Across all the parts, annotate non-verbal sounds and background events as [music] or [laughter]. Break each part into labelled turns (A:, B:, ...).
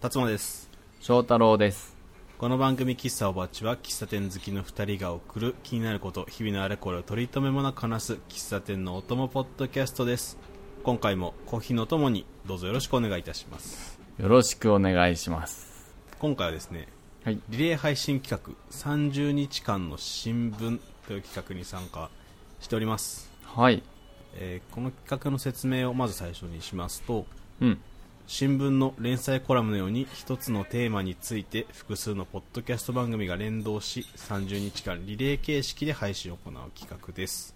A: 辰馬です
B: 翔太郎です。
A: この番組「喫茶おばっち」は喫茶店好きの2人が送る気になること日々のあれこれを取り留めもなく話す喫茶店のお供ポッドキャストです今回もコーヒーのともにどうぞよろしくお願いいたします
B: よろしくお願いします。
A: 今回はですね
B: はい。
A: リレー配信企画30日間の新聞という企画に参加しております、
B: はい。
A: えーこの企画の説明をまず最初にしますと
B: うん。
A: 新聞の連載コラムのように一つのテーマについて複数のポッドキャスト番組が連動し30日間リレー形式で配信を行う企画です、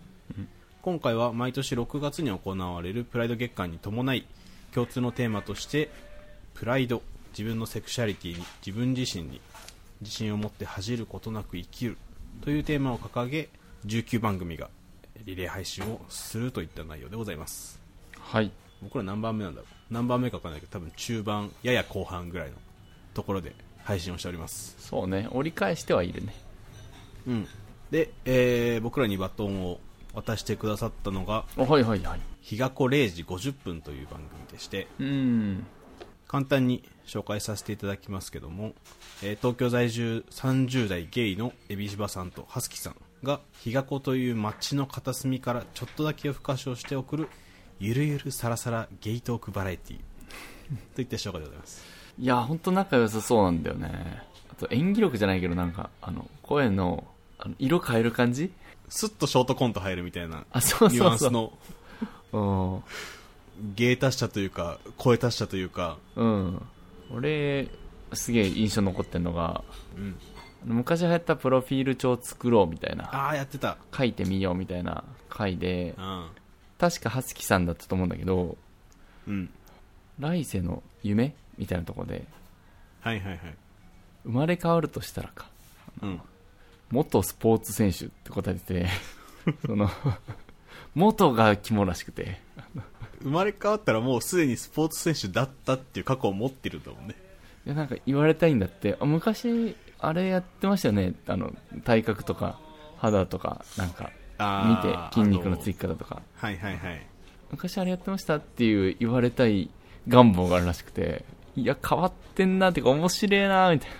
A: 今回は毎年6月に行われるプライド月間に伴い共通のテーマとしてプライド自分のセクシャリティに自分自身に自信を持って恥じることなく生きるというテーマを掲げ19番組がリレー配信をするといった内容でございます
B: はい。
A: 僕ら何番目なんだろう何番目か分かんないけど多分中盤やや後半ぐらいのところで配信をしております
B: そうね。折り返してはいるね。
A: うんで、えー僕らにバトンを渡してくださったのが
B: おはいはいはい。
A: 「日が子0時50分」という番組でして
B: うーん。
A: 簡単に紹介させていただきますけども、えー東京在住30代ゲイのエビシバさんとハスキさんが日が子という街の片隅からちょっとだけ夜更かしをして送るゆるゆるさらさらゲイトークバラエティーといった紹介でございます
B: いや、ほんと仲良さそうなんだよね。あと演技力じゃないけどなんか、あの、声の、あの色変える感じ
A: スッとショートコント入るみたいな
B: あ、そう
A: ニュ
B: そ
A: ア
B: う
A: ンス
B: そう。
A: の
B: うん。
A: 芸達者というか声達者というか、
B: うん。俺、すげえ印象残ってんのが、昔流行ったプロフィール帳作ろうみたいな。
A: ああやってた、
B: 書いてみようみたいな回で
A: う、ん
B: 確かはつきさんだったと思うんだけど、
A: うん、
B: 来世の夢みたいなとこで
A: はいはいはい、
B: 生まれ変わるとしたらか
A: うん、
B: 元スポーツ選手って答えてて [laughs] その元が肝らしくて
A: 生まれ変わったらもうすでにスポーツ選手だったっていう過去を持ってるんだもんね
B: でなんか言われたいんだってあ昔あれやってましたよねあの体格とか肌とかなんか見て
A: あー
B: 筋肉のつ
A: あ
B: き方とか
A: はいはいはい
B: 昔あれやってましたっていう言われたい願望があるらしくていや変わってんなっていうか面白いなみたいな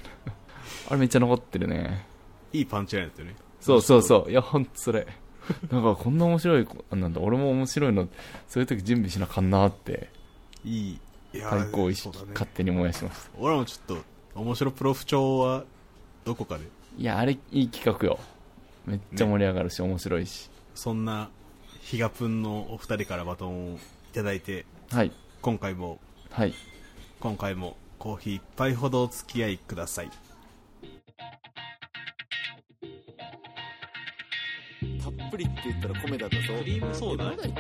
B: あれめっちゃ残ってるね
A: いいパンチラインだったよね
B: そうそうそう。いや、ほんとそれ。 [laughs] なんかこんな面白い子、あなんだ、俺も面白いの、そういう時準備しなあかんなって、
A: いいいやー
B: 対抗意識、
A: そうだね
B: 勝手に燃やしました。
A: 俺らもちょっと面白プロ不調はどこかで
B: いや、あれ、いい企画よ。めっちゃ盛り上がるし、面白いし。
A: そんな比嘉君のお二人からバトンをいただいて
B: はい。
A: 今回も
B: はい。
A: 今回もコーヒー一杯ほどお付き合いください
B: たっぷりって言ったら米だったぞ。ク
A: リームソーダ
B: 言ってんの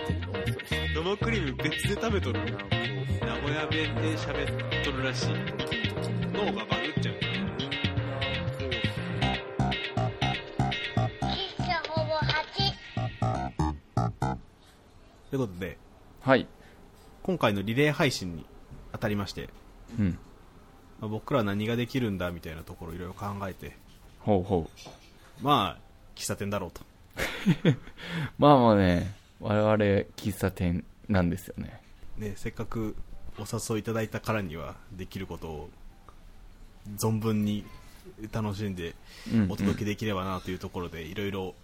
A: 生クリーム別で食べとる名古屋弁で喋っとるらしい脳がバグっちゃう
C: 喫茶ほぼ8。
A: ということで
B: はい。
A: 今回のリレー配信に当たりまして、
B: うん。
A: まあ僕らは何ができるんだみたいなところをいろいろ考えて
B: ほうほう。
A: まあ喫茶店だろうと
B: まあまあね、我々、喫茶店なんですよね。
A: ねせっかくお誘いいただいたからにはできることを存分に楽しんで
B: うん、うん
A: お届けできればなというところでいろいろ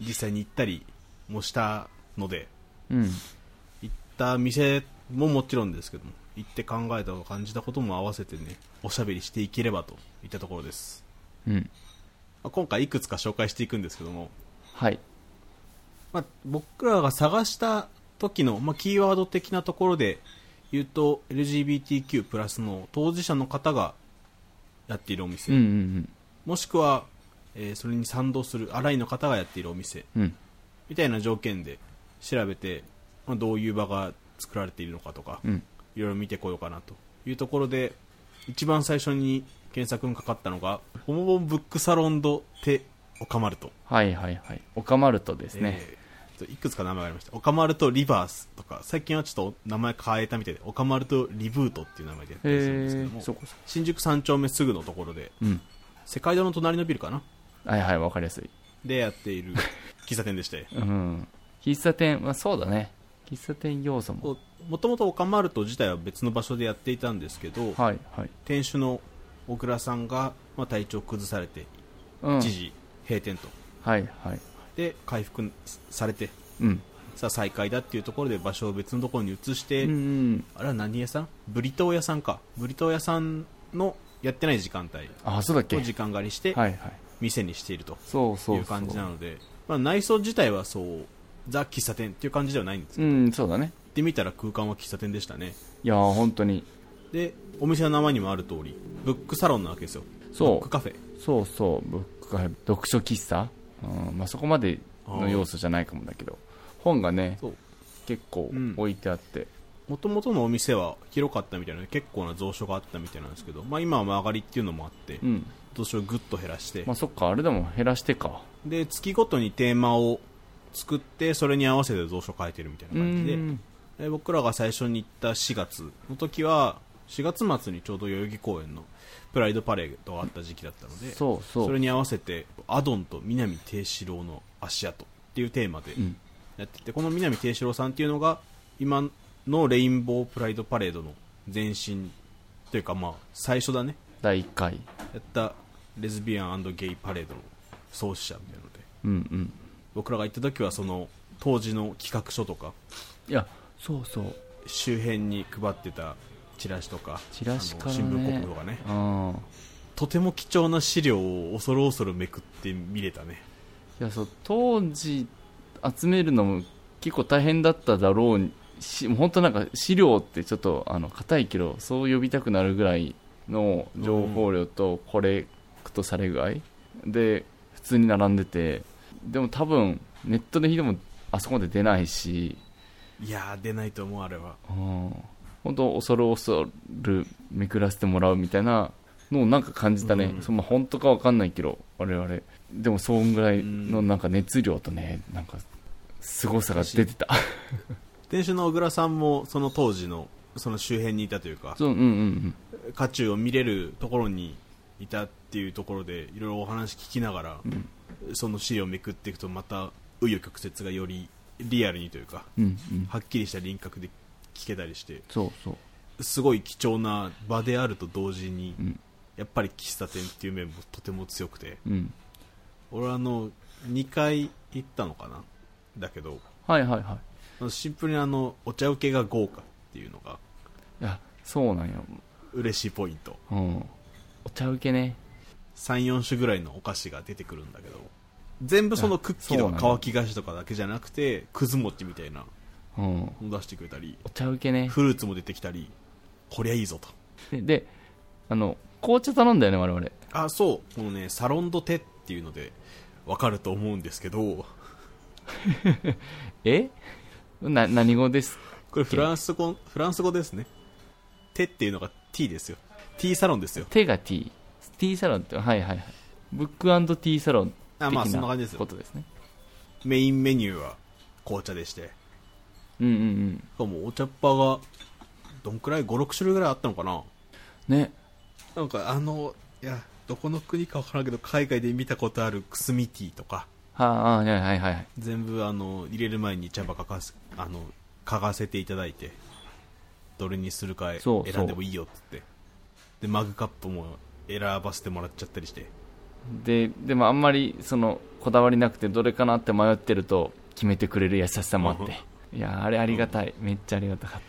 A: 実際に行ったりもしたので
B: うん。
A: 行った店ももちろんですけども行って考えたこと感じたことも合わせてねおしゃべりしていければといったところです
B: うん。
A: まあ今回いくつか紹介していくんですけども、
B: はい。
A: まあ、僕らが探した時の、まあ、キーワード的なところで言うと LGBTQ+ プラスの当事者の方がやっているお店、
B: うんうん
A: もしくは、えーそれに賛同するアライの方がやっているお店
B: うん。うん。
A: みたいな条件で調べて、まあ、どういう場が作られているのかとか、
B: うん。
A: いろいろ見てこようかなというところで一番最初に検索にかかったのが「ホモボンブックサロンドテオカマルト
B: はいはいはい。オカマルトです」ね。
A: えーいくつか名前がありました「オカマルトリバース」とか最近はちょっと名前変えたみたいで「オカマルトリブート」っていう名前でやってるんですけども、
B: そこそこ
A: 新宿三丁目すぐのところで
B: うん
A: 世界堂の隣のビルかな
B: はいはいわかりやすい
A: でやっている喫茶店でして
B: うん喫茶店まあそうだね喫茶店要素も
A: こうもともとオカマルト自体は別の場所でやっていたんですけど、
B: はいはい
A: 店主の小倉さんが、まあ、体調を崩されて
B: うん
A: 一時閉店と、
B: はいはい
A: で回復されて
B: うん
A: さあ再開だっていうところで場所を別のところに移し
B: う
A: て、
B: んうん
A: あれは何屋さんブリトー屋さんかブリトー屋さんのやってない時間帯
B: あそうだっけ
A: を
B: はい
A: 時間借りして
B: はい
A: 店にしていると
B: そうそうそ
A: いうう感じなのでまあ、内装自体はそうザ喫茶店っていう感じではないんです
B: うんそうだね
A: 行ってみたら空間は喫茶店でしたね
B: いやー本当に
A: でお店の名前にもある通りブックサロンなわけですよ
B: そう
A: ブックカフェ
B: そうそうブックカフェ読書喫茶、うんまあ、そこまでの要素じゃないかもだけど本がね
A: そう
B: 結構
A: うん
B: 置いてあって、
A: もともとのお店は広かったみたいなので結構な蔵書があったみたいなんですけど、まあ、今は曲がりっていうのもあって
B: うん
A: 蔵書をぐっと減らして、
B: まあ、そっかあれでも減らしてか
A: で月ごとにテーマを作ってそれに合わせて蔵書を書いてるみたいな
B: う
A: 感じで
B: ん
A: で僕らが最初に行った4月の時は4月末にちょうど代々木公園のプライドパレードがあった時期だったので
B: そうそう
A: それに合わせてアドンと南定四郎の足跡っていうテーマで
B: ん
A: やってて、この南定四郎さんっていうのが今のレインボープライドパレードの前身というかまあ最初だね
B: 第1回
A: やったレズビアンゲイパレードの創始者みたいなので
B: うんうん
A: 僕らが行った時はその当時の企画書とか
B: いやそうそう
A: 周辺に配ってたチラシとか
B: チラシからね
A: あの新聞広告とかね
B: うん
A: とても貴重な資料を恐る恐るめくって見れたね
B: いやそう当時集めるのも結構大変だっただろうし本当なんか資料ってちょっとあの硬いけどそう呼びたくなるぐらいの情報量とコレクトされ具合で普通に並んでてでも多分ネットで引いてもあそこまで出ないし、
A: いやー出ないと思うあれは
B: うん、本当恐る恐るめくらせてもらうみたいなのをなんか感じたね、
A: うん
B: その本当かわかんないけど我々でもそんぐらいのなんか熱量とねなんか凄さが出てた
A: 店主の小倉さんもその当時のその周辺にいたというか
B: そううんうんうん
A: 渦中を見れるところにいたっていうところでいろいろお話聞きながら、その資料をめくっていくとまた紆余曲折がよりリアルにというか
B: うんうん
A: はっきりした輪郭で聞けたりして
B: そうそう
A: すごい貴重な場であると同時に、
B: ん
A: やっぱり喫茶店っていう面もとても強くて
B: うん
A: 俺はあの2回行ったのかなだけど
B: はいはいは
A: あのシンプルにあのお茶受けが豪華っていうのが
B: いいやそうなんよ、
A: 嬉しいポイント
B: うん、お茶受けね
A: 34種ぐらいのお菓子が出てくるんだけど全部そのクッキー
B: そう
A: と
B: な
A: か
B: の
A: 乾き菓子とかだけじゃなくてくず餅みたいな
B: うんお
A: の出してくれたり
B: 茶受けね
A: フルーツも出てきたりこりゃいいぞと
B: でであの紅茶頼んだよね我々
A: あそうこのねサロンドテっていうのでわかると思うんですけど
B: えな何語です
A: これフランス語フランス語ですねテっていうのが T ですよ T サロンですよ
B: 手が T。T サロンって、はいはいはい。ブック &T サロン
A: あ
B: 的
A: まあそんな感じで
B: な
A: すよ
B: ことですね。
A: メインメニューは紅茶でして
B: うんうん
A: しかもお茶っ葉がどんくらい56種類ぐらいあったのかな
B: うん。ね。
A: なんかあのいやどこの国かわからんけど海外で見たことあるくすみティーとか
B: はあ、はいはいはい。
A: 全部あの入れる前に茶葉かかすあの嗅がせていただいてどれにするか
B: そ
A: 選
B: うそうん
A: でもいいよっつってでマグカップも選ばせてもらっちゃったりして
B: で、でもあんまり、その、こだわりなくて、どれかなって迷ってると、決めてくれる優しさもあって。いやー、あれありがたい。めっちゃありがたかっ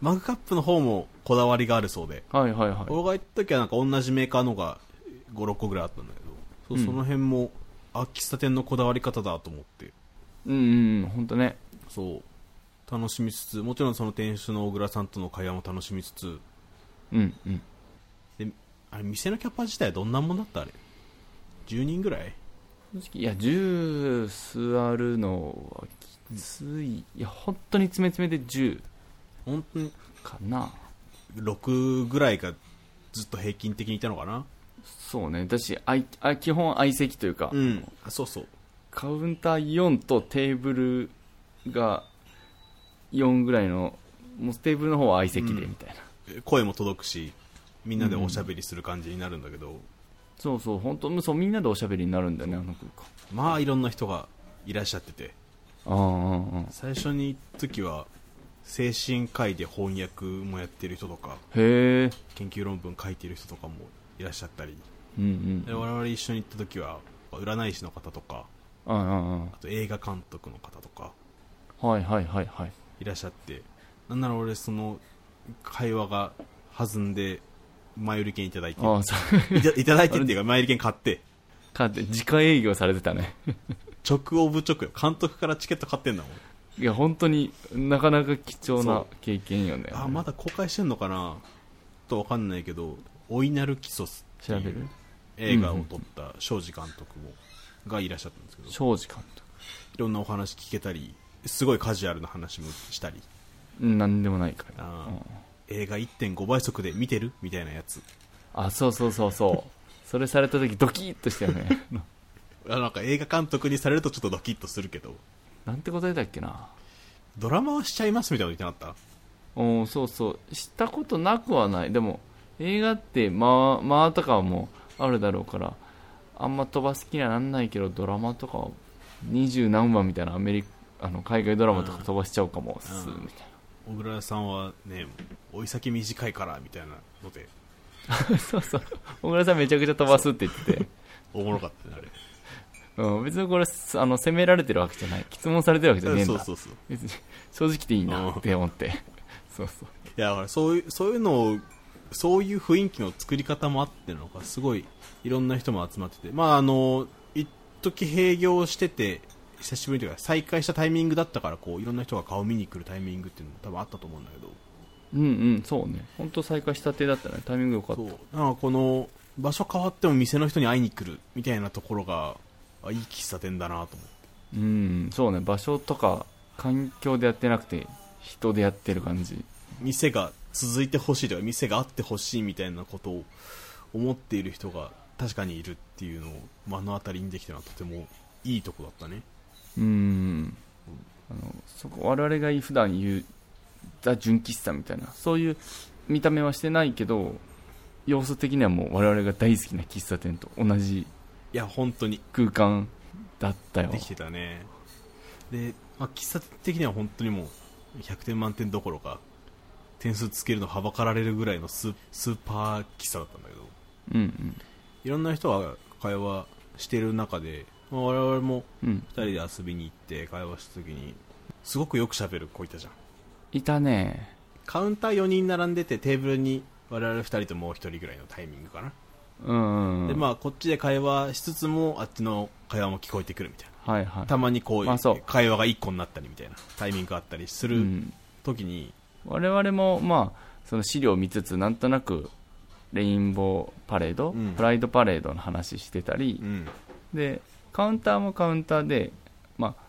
A: マグカップの方もこだわりがあるそうで
B: た。はいはいはい。
A: 俺が行った時はなんか同じメーカーのが56個ぐらいあったんだけどそう、その辺もあ喫茶店のこだわり方だと思って
B: うんうんうん、ほんとね。
A: そう楽しみつつもちろんその店主の小倉さんとの会話も楽しみつつ
B: うんうん。
A: であれ店のキャパ自体どんなもんだったあれ10人ぐらい
B: 正直、いや、10座るのはきつい。いや、本当に詰め詰めで10
A: 本当に
B: かな。
A: 6ぐらいがずっと平均的にいたのかな
B: そうね。だし、あいあ基本相席というか、
A: うんあそうそう
B: カウンター4とテーブルが4ぐらいのもうテーブルの方は相席でみたいな、
A: 声も届くしみんなでおしゃべりする感じになるんだけど、
B: そうそう本当そうみんなでおしゃべりになるんだよねあの空間
A: まあいろんな人がいらっしゃってて
B: ああ
A: 最初に行った時は精神科医で翻訳もやってる人とか
B: へえ
A: 研究論文書いてる人とかもいらっしゃったり
B: うんうん
A: で我々一緒に行った時は占い師の方とか
B: ああ
A: あと映画監督の方とか
B: あはいはいはいはい
A: いらっしゃってなんなら俺その会話が弾んで前売り券いただいて
B: ああそう
A: いたいただいてっていうか前売り券買って
B: かって自家営業されてたね
A: 直オブ直よ監督からチケット買ってんだもん
B: いや本当になかなか貴重な
A: そ
B: 経験よね
A: あまだ公開してんのかなちょっとわかんないけど「オイナルキソス」って
B: 調べ
A: い
B: る
A: う映画を撮った庄司監督もがいらっしゃったんですけどい
B: 庄司監督
A: ろんなお話聞けたりすごいカジュアルな話もしたり
B: うんなんでもないから
A: あ
B: う
A: ー
B: ん
A: 映画1.5倍速で見てるみたいなやつ
B: あそうそうそうそうそれされた時ドキッとしたよね [laughs]
A: あなんか映画監督にされるとちょっとドキッとするけど
B: なんて答えたっけな
A: ドラマはしちゃいますみたいなこと言ってなかっ
B: うんそうそう知ったことなくはないでも映画ってまあまあとかもあるだろうからあんま飛ばす気にはなんないけどドラマとか二十何話みたいなアメリカあの海外ドラマとか飛ばしちゃうかも、す
A: うん
B: みたい
A: た小倉さんはね追い先短いからみたいなので
B: な [laughs] そうそう小倉さんめちゃくちゃ飛ばすって言ってて
A: おもろかったねあれ
B: うん、別にこれあの責められてるわけじゃない質問されてるわけじゃねえん
A: そ
B: だ
A: うそうそう
B: 別に正直でいいなって思ってそうそう
A: いやだからそういうそういうのをそういう雰囲気の作り方もあってなのかすごいいろんな人も集まっててまああの一時閉業してて久しぶりというか再開したタイミングだったからこういろんな人が顔見に来るタイミングっていうのも多分あったと思うんだけど
B: うんうんそうね本当再開したてだったねタイミングよかった
A: そうなんかこの場所変わっても店の人に会いに来るみたいなところがあいい喫茶店だなと思って
B: うんそうね場所とか環境でやってなくて人でやってる感じ
A: 店が続いてほしいとか店があってほしいみたいなことを思っている人が確かにいるっていうのを目の当たりにできたのはとてもいいとこだったね
B: うんあのそこ我々が普段言うザ純喫茶みたいなそういう見た目はしてないけど要素的にはもう我々が大好きな喫茶店と同じ
A: いや本当に
B: 空間だったよ
A: できてたねで、まあ、喫茶店的には本当にもう100点満点どころか点数つけるのはばかられるぐらいのススーパー喫茶だったんだけど
B: うんうん
A: いろんな人が会話してる中で、まあ、我々も
B: うん
A: 2人で遊びに行って会話した時にすごくよく喋る子いたじゃん
B: いたね
A: カウンター4人並んでてテーブルに我々2人ともう1人ぐらいのタイミングかな、
B: うんうん
A: でまあこっちで会話しつつもあっちの会話も聞こえてくるみたいな
B: はいはい
A: たまにこう,、
B: まあそう
A: 会話が1個になったりみたいなタイミングがあったりす
B: う
A: る
B: ん
A: 時に、
B: 我々もまあその資料を見つつなんとなくレインボーパレード、
A: うん
B: プライドパレードの話してたり
A: う、ん
B: でカウンターもカウンターで、まあ、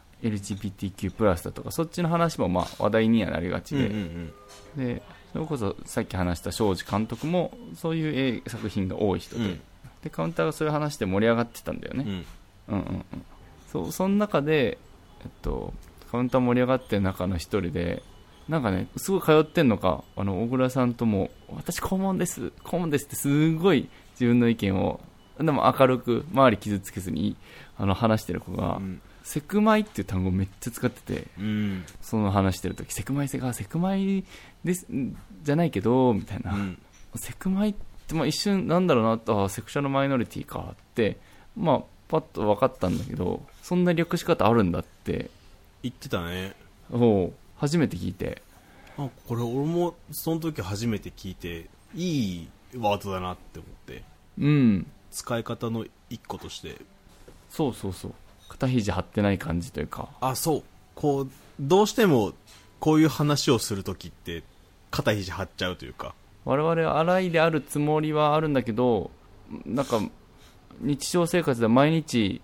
B: LGBTQ+ だとかそっちの話もまあ話題にはなりがち
A: うんうん
B: で,、
A: うん
B: でそれこそさっき話した庄司監督もそういう映作品が多い人
A: う
B: で,、
A: ん
B: でカウンターがそういう話で盛り上がってたんだよね、
A: うん
B: うんうんうんそうその中で、えっと、カウンター盛り上がってる中の一人でなんかねすごい通ってんのかあの小倉さんとも「私顧問です顧問です」ってすごい自分の意見をでも明るく周り傷つけずにあの話してる子が、
A: うん
B: セクマイっていう単語をめっちゃ使ってて
A: うん
B: その話してる時セクマイセクマイセクマイですんじゃないけどみたいな、
A: うん
B: セクマイって、まあ、一瞬なんだろうなとあセクシャルマイノリティかって、まあ、パッと分かったんだけどそんな略し方あるんだって
A: 言ってたね
B: おう初めて聞いて
A: あこれ俺もその時初めて聞いていいワードだなって思って
B: うん
A: 使い方の1個として
B: そうそうそう肩肘張ってない感じというか
A: あそうこうどうしてもこういう話をするときって肩肘張っちゃうというか
B: 我々は荒いであるつもりはあるんだけどなんか日常生活では毎日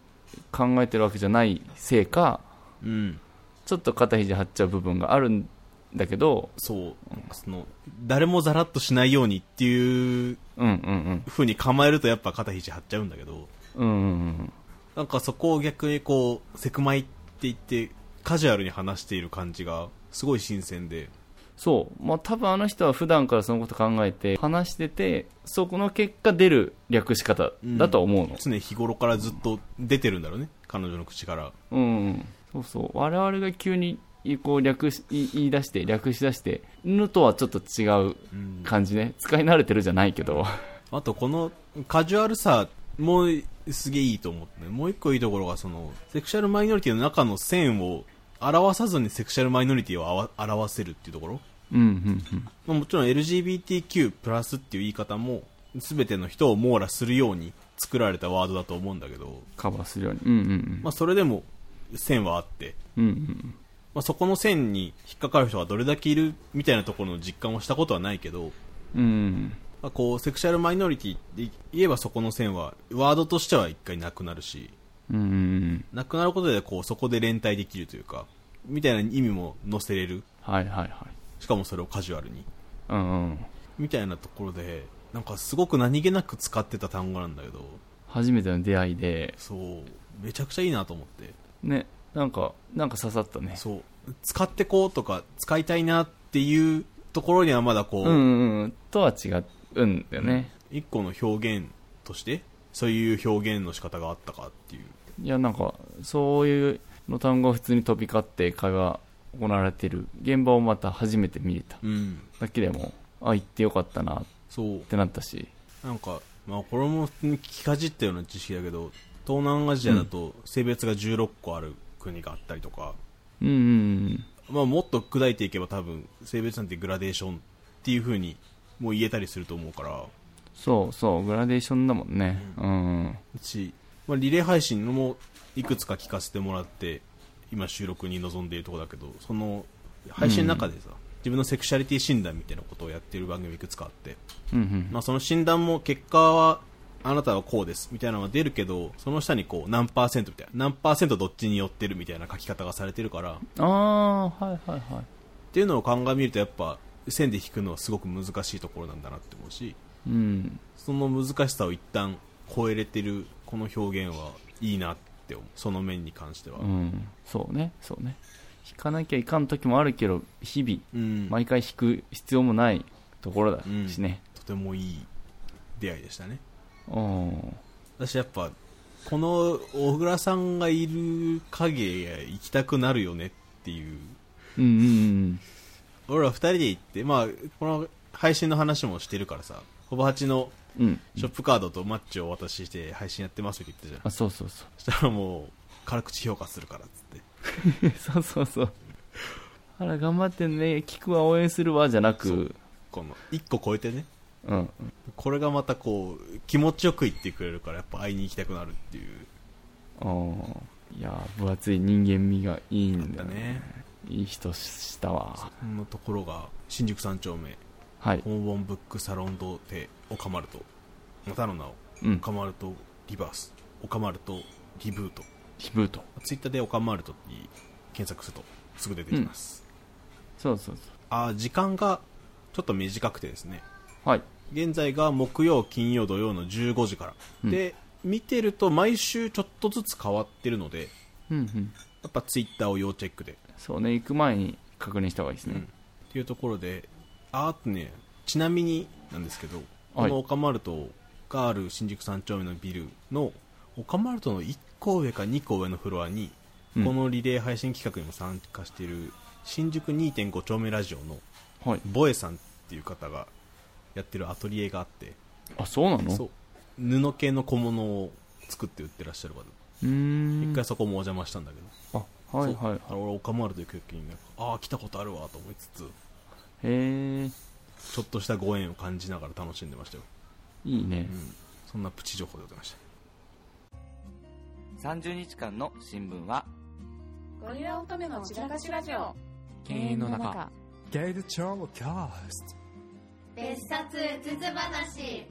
B: 考えてるわけじゃないせいか
A: うん
B: ちょっと肩肘張っちゃう部分があるんだけど
A: そうその誰もザラッとしないようにっていう
B: うんうん
A: 風に構えるとやっぱ肩肘張っちゃうんだけど
B: うんうんうんうん
A: なんかそこを逆にこうセクマイって言ってカジュアルに話している感じがすごい新鮮で
B: そう、まあ、多分あの人は普段からそのこと考えて話しててそこの結果出る略し方だとは思うの、
A: 常日頃からずっと出てるんだろうね彼女の口から
B: うんうんそうそう我々が急にこう略し言い言い出して略し出してのとはちょっと違う
A: うん
B: 感じね使い慣れてるじゃないけど
A: あとこのカジュアルさもすげえいいと思ってもう一個いいところがそのセクシャルマイノリティの中の線を表さずにセクシャルマイノリティをあわ表せるっていうところ、
B: うんうんうん
A: まあ、もちろん LGBTQ+ プラスっていう言い方も全ての人を網羅するように作られたワードだと思うんだけど、
B: カバーするようにうんうん
A: まあ、それでも線はあって、
B: うんうん
A: まあ、そこの線に引っかかる人がどれだけいるみたいなところの実感をしたことはないけど、
B: うんうん
A: まあ、こうセクシャルマイノリティって言えばそこの線はワードとしては一回なくなるし
B: うんうん
A: なくなることでこうそこで連帯できるというかみたいな意味も載せれる
B: はいはいはい
A: しかもそれをカジュアルに
B: うんうん
A: みたいなところでなんかすごく何気なく使ってた単語なんだけど
B: 初めての出会いで
A: そうめちゃくちゃいいなと思って
B: ねなんかなんか刺さったね
A: そう使ってこうとか使いたいなっていうところにはまだこう、
B: うんうんうんとは違うんだよね、
A: 一個の表現としてそういう表現の仕方があったかっていう
B: いやなんかそういうの単語が普通に飛び交って会話行われてる現場をまた初めて見れた
A: うん
B: だけでもあ行ってよかったなっ
A: そう
B: てなったし
A: なんか、まあ、これも普通に聞きかじったような知識だけど東南アジアだと性別が16個ある国があったりとか、
B: うんうん
A: まあ、もっと砕いていけば多分性別なんてグラデーションっていう風にもう言えたりすると思うから
B: そうそうグラデーションだもんねうん
A: し、まあ、リレー配信のもいくつか聞かせてもらって今収録に臨んでいるところだけどその配信の中でさ、自分のセクシャリティ診断みたいなことをやってる番組いくつかあって、
B: うんうん
A: まあ、その診断も結果はあなたはこうですみたいなのが出るけどその下にこう何パーセントみたいな何パーセントどっちに寄ってるみたいな書き方がされてるからっ
B: ああーはいはいはい
A: ていうのを鑑みるとやっぱ線で引くのはすごく難しいところなんだなって思うし
B: うん
A: その難しさを一旦超えれてるこの表現はいいなって思うその面に関しては
B: う、んそうねそうね引かなきゃいかん時もあるけど日々
A: うん
B: 毎回引く必要もないところだしね
A: とてもいい出会いでしたね
B: うん
A: 私やっぱこの小倉さんがいる影へ行きたくなるよねっていう
B: うんうんうん
A: 俺ら二人で行って、まあ、この配信の話もしてるからさ、ほぼ八の
B: うん
A: ショップカードとマッチをお渡しして配信やってますって言ったじゃん。
B: あそうそうそう
A: そしたらもう、辛口評価するからっつって。
B: そうそうそう。あら、頑張ってね、聞くわ、応援するわ、じゃな
A: そ
B: く、
A: この、一個超えてね。
B: うん。
A: これがまたこう、気持ちよく言ってくれるから、やっぱ会いに行きたくなるっていう。
B: おいやー、分厚い人間味がいい
A: なんん
B: だ
A: だ
B: よね。
A: ね。
B: いい人したわ。
A: こんなところが、新宿三丁目、
B: はい。
A: 本ンブックサロン童貞、オカマルト、またの名を、
B: うん
A: オ。カマルトリバース、オカマルトリブート。
B: ヒブート。
A: ツイッターでオカマルトって検索するとすぐ出てきます、
B: そうそう
A: あー時間がちょっと短くてですね
B: そう。はい。
A: 現在が木曜金曜土曜の15時から、
B: うん
A: で見てると毎週ちょっとずつ変わってるので
B: うんうん。
A: やっぱツイッターを要チェックで、
B: そうね、行く前に確認した方がいいです
A: うん
B: ね
A: っ。ていうところであーあとねちなみになんですけど、このオカマルトがある新宿三丁目のビルのオカマルトの1個上か2個上のフロアに
B: うん
A: このリレー配信企画にも参加している新宿2.5丁目ラジオの
B: はい。
A: ボエさんっていう方がやってるアトリエがあって
B: あ、そうなの
A: そう布系の小物を作って売ってらっしゃる方
B: うーん。
A: 一回そこもお邪魔したんだけど、
B: あ、はい
A: そう
B: はい。
A: あの俺オカマルという曲になんかああ来たことあるわと思いつつ
B: へえ、
A: ちょっとしたご縁を感じながら楽しんでましたよ、
B: いいね
A: う。ん、そんなプチ情報でございました
D: 30日間の新聞は
E: ゴリラ乙女の散らかしラジオ
D: 犬猿の中
F: ゲイル超キャスト
G: 別冊うつつ話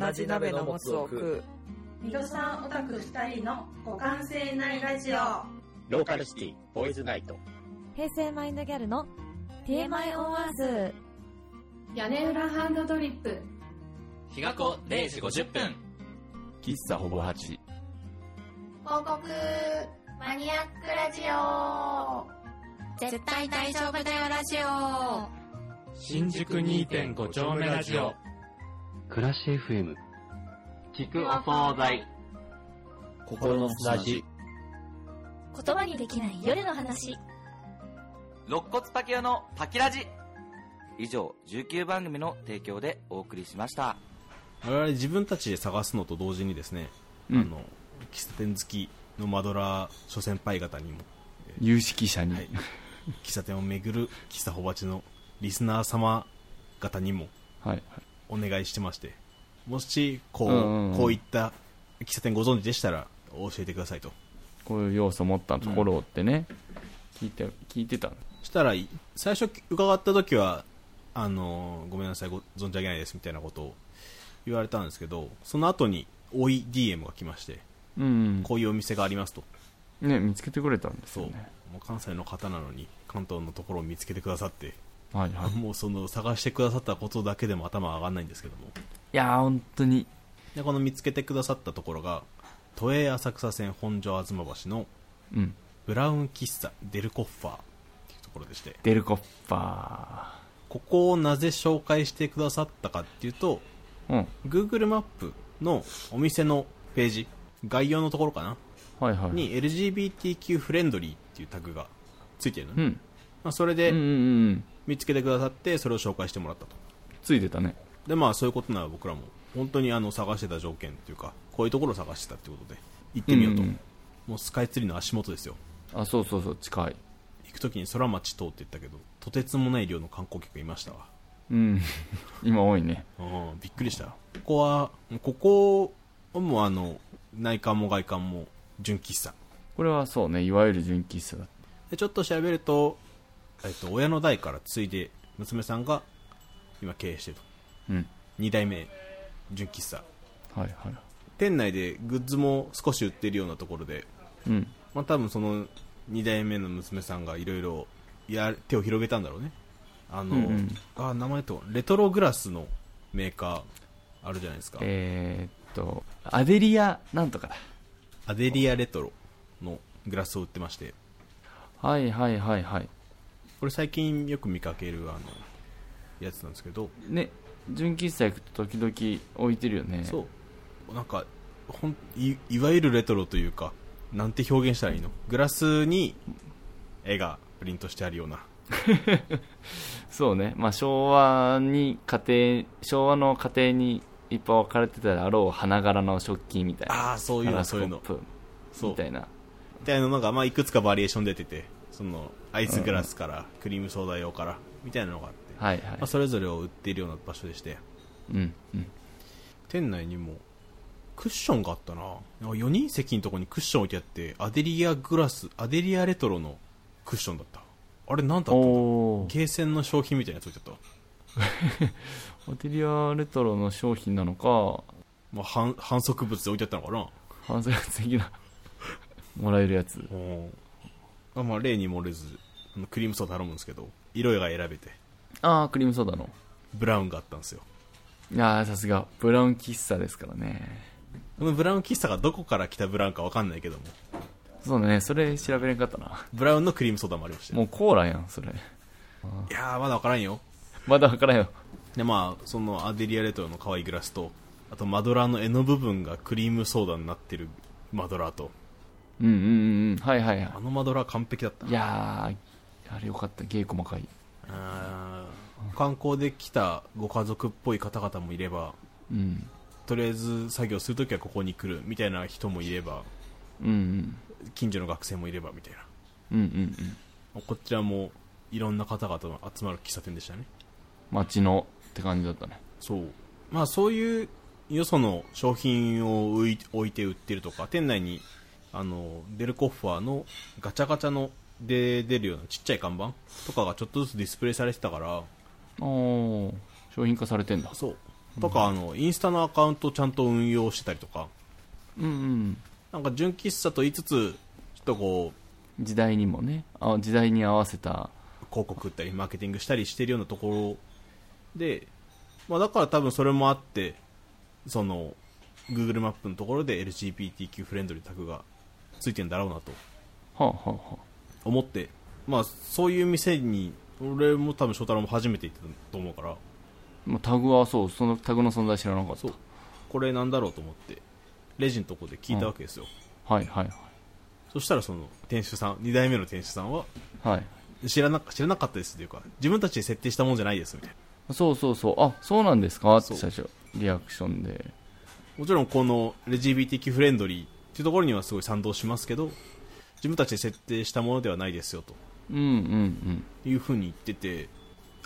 H: 同じ鍋のもつを食う
E: ミドさんオタク2人の互換性ないラジオ
I: ローカルシティボーイズナイト
J: 平成マインドギャルの TMI オンアース
G: 屋根裏ハンドドリップ
D: 日が子0時50分
B: 喫茶ほぼ8。
G: 広告マニアックラジオ絶対大丈夫だよラジオ
H: 新宿2.5丁目ラジオ
K: 暮らし FM
D: 聞くお惣菜
H: 心の砂地
G: 言葉にできない夜の話
D: 肋骨パキオのパキラジ以上19番組の提供でお送りしました
A: 我々自分たちで探すのと同時にですね、
B: うん
A: あの喫茶店好きのマドラー諸先輩方にも
B: 有識者に、
A: 喫茶店を巡る喫茶ほばちのリスナー様方にも
B: はい
A: お願いしてましてもしこう,、
B: うんうん
A: こういった喫茶店ご存知でしたら教えてくださいと
B: こういう要素を持ったところってね、聞いて聞いてた
A: そしたらい最初伺った時はあのごめんなさいご存じ上げないですみたいなことを言われたんですけどその後におい DM が来まして
B: うん、うん、
A: こういうお店がありますと
B: ね見つけてくれたんです
A: そう
B: よ
A: も
B: ね
A: う関西の方なのに関東のところを見つけてくださって
B: はいはい
A: もうその探してくださったことだけでも頭上がらないんですけども
B: いやー本当に
A: でこの見つけてくださったところが都営浅草線本所東橋の
B: うん
A: ブラウン喫茶デルコッファーっていうところでして
B: デルコッパ
A: ここをなぜ紹介してくださったかっていうと
B: ーうん
A: Google マップのお店のページ概要のところかな
B: はいはい
A: に LGBTQ フレンドリーっていうタグがついてるの
B: う
A: ね、
B: ん
A: まあ、それ
B: うんうん
A: で
B: うん
A: 見つけてくださってそれを紹介してもらったと
B: ついてたね
A: でまあそういうことなら僕らも本当にあの探してた条件というかこういうところを探してたってことで行ってみようと、
B: うんうん
A: もうスカイツリーの足元ですよ
B: あそうそうそう近い
A: 行く時に空町通って言ったけどとてつもない量の観光客がいましたわ
B: うん [laughs] 今多いね
A: うんびっくりしたここはここはもうあの内観も外観も純喫茶
B: これはそうねいわゆる純喫茶だ
A: でちょっと調べると、えっと、親の代から継いで娘さんが今経営してると
B: うん
A: 2代目純喫茶
B: はいは
A: 店内でグッズも少し売ってるようなところで
B: いうん
A: まあ多分その2代目の娘さんがいろいろや手を広げたんだろうねあの、
B: うんうん
A: あ名前とレトログラスのメーカーあるじゃないですか、
B: えーっとアデリアなんとかだ
A: アデリアレトロのグラスを売ってまして
B: はいはいはいはい
A: これ最近よく見かけるあのやつなんですけど、
B: ね純喫茶行くと時々置いてるよね
A: そうなんかほんいいわゆるレトロというかなんて表現したらいいのグラスに絵がプリントしてあるような
B: そうね、まあ、昭和に家庭昭和の家庭にいっぱい置かれてたであろう花柄の食器みたいな
A: ああそういうのそういうの
B: ガラスコップ
A: そう
B: みたいな
A: みたいなのが、まあ、いくつかバリエーション出ててそのアイスグラスからクリームソーダ用からみたいなのがあって、
B: はいはい
A: まあ、それぞれを売っているような場所でして
B: うんうん
A: 店内にもクッションがあったななんか4人席のとこにクッション置いてあってアデリアグラスアデリアレトロのクッションだったあれ何だったんだ
B: おお
A: ゲーセンの商品みたいなやつ置いてあった
B: オテリアレトロの商品なのか
A: まあ、反反則物で置いてあったのかな
B: 反省的な [laughs] もらえるやつ
A: あ、まあ、例に漏れずあのクリームソーダ頼むんですけど色が選べて
B: ああクリームソーダの
A: ブラウンがあったんですよ
B: いやーさすがブラウン喫茶ですからね
A: このブラウン喫茶がどこから来たブラウンか分かんないけども
B: そうねそれ調べれんかったな
A: ブラウンのクリームソーダもありましたよ
B: もうコーラやんそれ
A: いやーまだ分からんよ
B: まだ分からんよ
A: でまあそのアデリアレトロの可愛いグラスとあとマドラーの柄の部分がクリームソーダになってるマドラーと
B: うんうんうんうんはいはいはい
A: あのマドラー完璧だった
B: いやーあれよかった芸細かい
A: あー観光で来たご家族っぽい方々もいれば
B: うん
A: とりあえず作業するときはここに来るみたいな人もいれば
B: うんうん
A: 近所の学生もいればみたいな
B: うんうんうん
A: こちらもいろんな方々の集まる喫茶店でしたね
B: 街のって感じだったね
A: そうまあそういうよその商品を置い置いて売ってるとか店内にあのデルコッファーのガチャガチャので出るようなちっちゃい看板とかがちょっとずつディスプレイされてたから
B: おお商品化されてんだ
A: そうとか、あのインスタのアカウントをちゃんと運用してたりとか
B: うんうん
A: なんか純喫茶と言いつつちょっとこう
B: 時代にもねあ時代に合わせた
A: 広告打ったりマーケティングしたりしてるようなところで、まあ、だから多分それもあってその Google マップのところで LGBTQ フレンドリータグがついてんだろうなと
B: はあはあは
A: 思って、まあ、そういう店に俺も多分翔太郎も初めて行ってたと思うから
B: あ、まあ、タグはそうそのタグの存在知らなかった
A: そうこれなんだろうと思ってレジのとこで聞いたわけですよ、
B: はいはい
A: そしたらその店主さん2代目の店主さんは
B: はいはい
A: 知らな知らなかったですというか自分たちで設定したもんじゃないですみたいな
B: そうそうそうあそうなんですかって最初リアクションで
A: もちろんこの LGBTQ フレンドリーっていうところにはすごい賛同しますけど自分たちで設定したものではないですよと
B: うんうんうん
A: いうふうに言ってて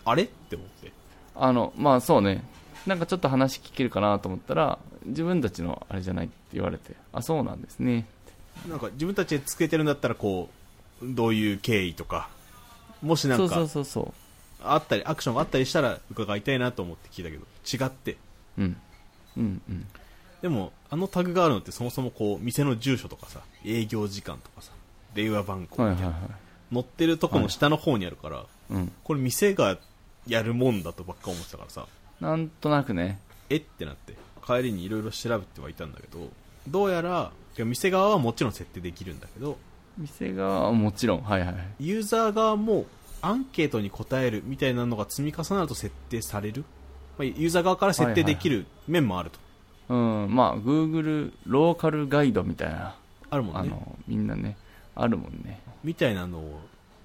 A: あれって思って
B: あのまあそうねなんかちょっと話聞けるかなと思ったら自分たちのあれじゃないって言われてあそうなんですね
A: なんか自分たちでつけてるんだったらこうどういう経緯とかもしな
B: そ
A: ん
B: うそ
A: か
B: うそうそ
A: あったりアクションがあったりしたら伺いたいなと思って聞いたけど違って
B: ううんうんうん
A: でもあのタグがあるのってそもそもこう店の住所とかさ営業時間とかさ電話番号みたい
B: は、
A: ない
B: はいは
A: 載ってるとこの下の方にあるから、
B: いうん
A: これ店がやるもんだとばっか思ってたからさ
B: なんとなくね
A: えってなって帰りにいろいろ調べてはいたんだけどどうやらてか店側はもちろん設定できるんだけど
B: 店側はもちろんはいはいはい
A: ユーザー側もアンケートに答えるみたいなのが積み重なると設定される、まあ、ユーザー側から設定できる面もあると、
B: うんまあ Google ローカルガイドみたいなあ
A: あるもんね
B: のみんなねあるもんね
A: みたいなのを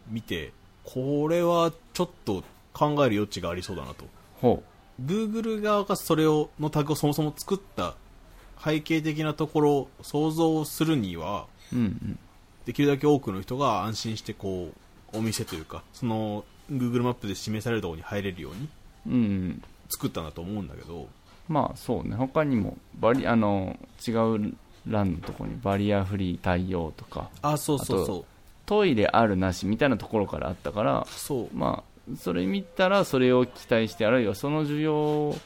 A: 見てこれはちょっと考える余地がありそうだなと
B: ほ
A: Google 側がそれをのタグをそもそも作った背景的なところを想像するには
B: ううんうん
A: できるだけ多くの人が安心してこうお店というかその Google マップで示されるところに入れるように
B: うんうん
A: 作ったんだと思うんだけど
B: まあそうね他にもバリあの違う欄のところにバリアフリー対応とか
A: あそうそうそう
B: トイレあるなしみたいなところからあったから
A: そう
B: まあそれ見たらそれを期待してあるいはその需要を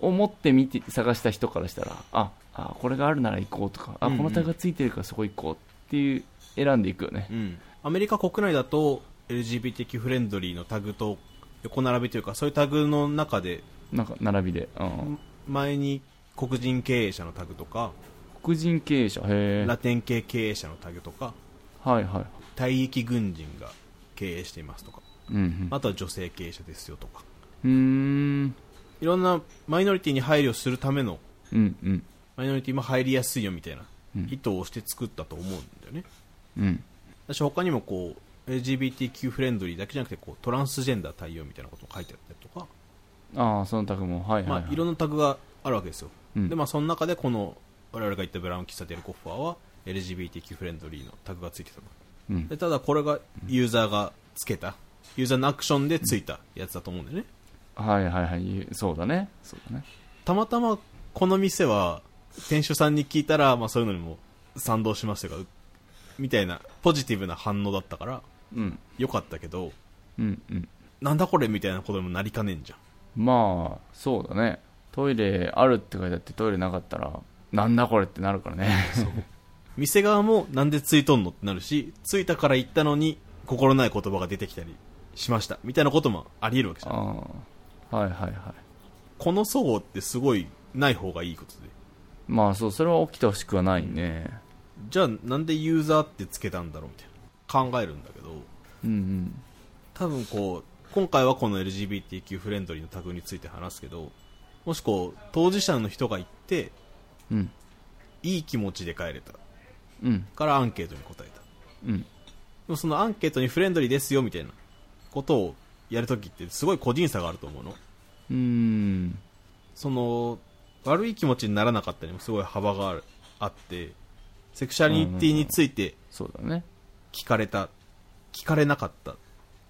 B: 持って見て探した人からしたらああこれがあるなら行こうとかあ
A: うんうん
B: このタグがついてるからそこ行こうっていう選んでいくよね
A: うん、アメリカ国内だと LGBTQ フレンドリーのタグと横並びというかそういうタグの中で
B: なんか並びで、うん、
A: 前に黒人経営者のタグとか
B: 黒人経営者へえ
A: ラテン系経営者のタグとか
B: はいはい
A: 退役軍人が経営していますとか
B: うん
A: あとは女性経営者ですよとか
B: うんうーん
A: いろんなマイノリティに配慮するための
B: うんうん
A: マイノリティも入りやすいよみたいな
B: うん
A: 意図をして作ったと思うんだよね
B: うん
A: 私他にもこう LGBTQ フレンドリーだけじゃなくてこうトランスジェンダー対応みたいなことも書いてあったりとか、
B: ああそのタグもはいはい、はい
A: まあ、いろんなタグがあるわけですよ、
B: うん
A: でまあその中でこの我々が言ったブラウン喫茶デルコッファーは LGBTQ フレンドリーのタグがついてたの
B: うん
A: でただこれがユーザーがつけたユーザーのアクションでついたやつだと思うんだよね
B: はいはいはいそうだねそうだね
A: たまたまこの店は店主さんに聞いたら、まあ、そういうのにも賛同しますとかうみたいなポジティブな反応だったから
B: うん
A: 良かったけど
B: うんうん
A: なんだこれみたいなことにもなりかねんじゃん
B: まあそうだねトイレあるって書いてあってトイレなかったらなんだこれってなるからね
A: 店側もなんでついとんのってなるしついたから行ったのに心ない言葉が出てきたりしましたみたいなこともありえるわけじゃん
B: ああはいはいはい
A: この齟齬ってすごいない方がいいことで
B: まあそうそれは起きてほしくはないね
A: じゃあなんでユーザーってつけたんだろうみたいな考えるんだけど
B: うん
A: 多分こう今回はこの LGBTQ フレンドリーのタグについて話すけどもしこう当事者の人が行って
B: うんうん
A: いい気持ちで帰れた
B: うん
A: からアンケートに答えたで
B: うん
A: もそのアンケートにフレンドリーですよみたいなことをやるときってすごい個人差があると思うの
B: うーん
A: その悪い気持ちにならなかったにもすごい幅があるあってセクシャリティについて
B: そうだね
A: 聞かれた聞かれなかった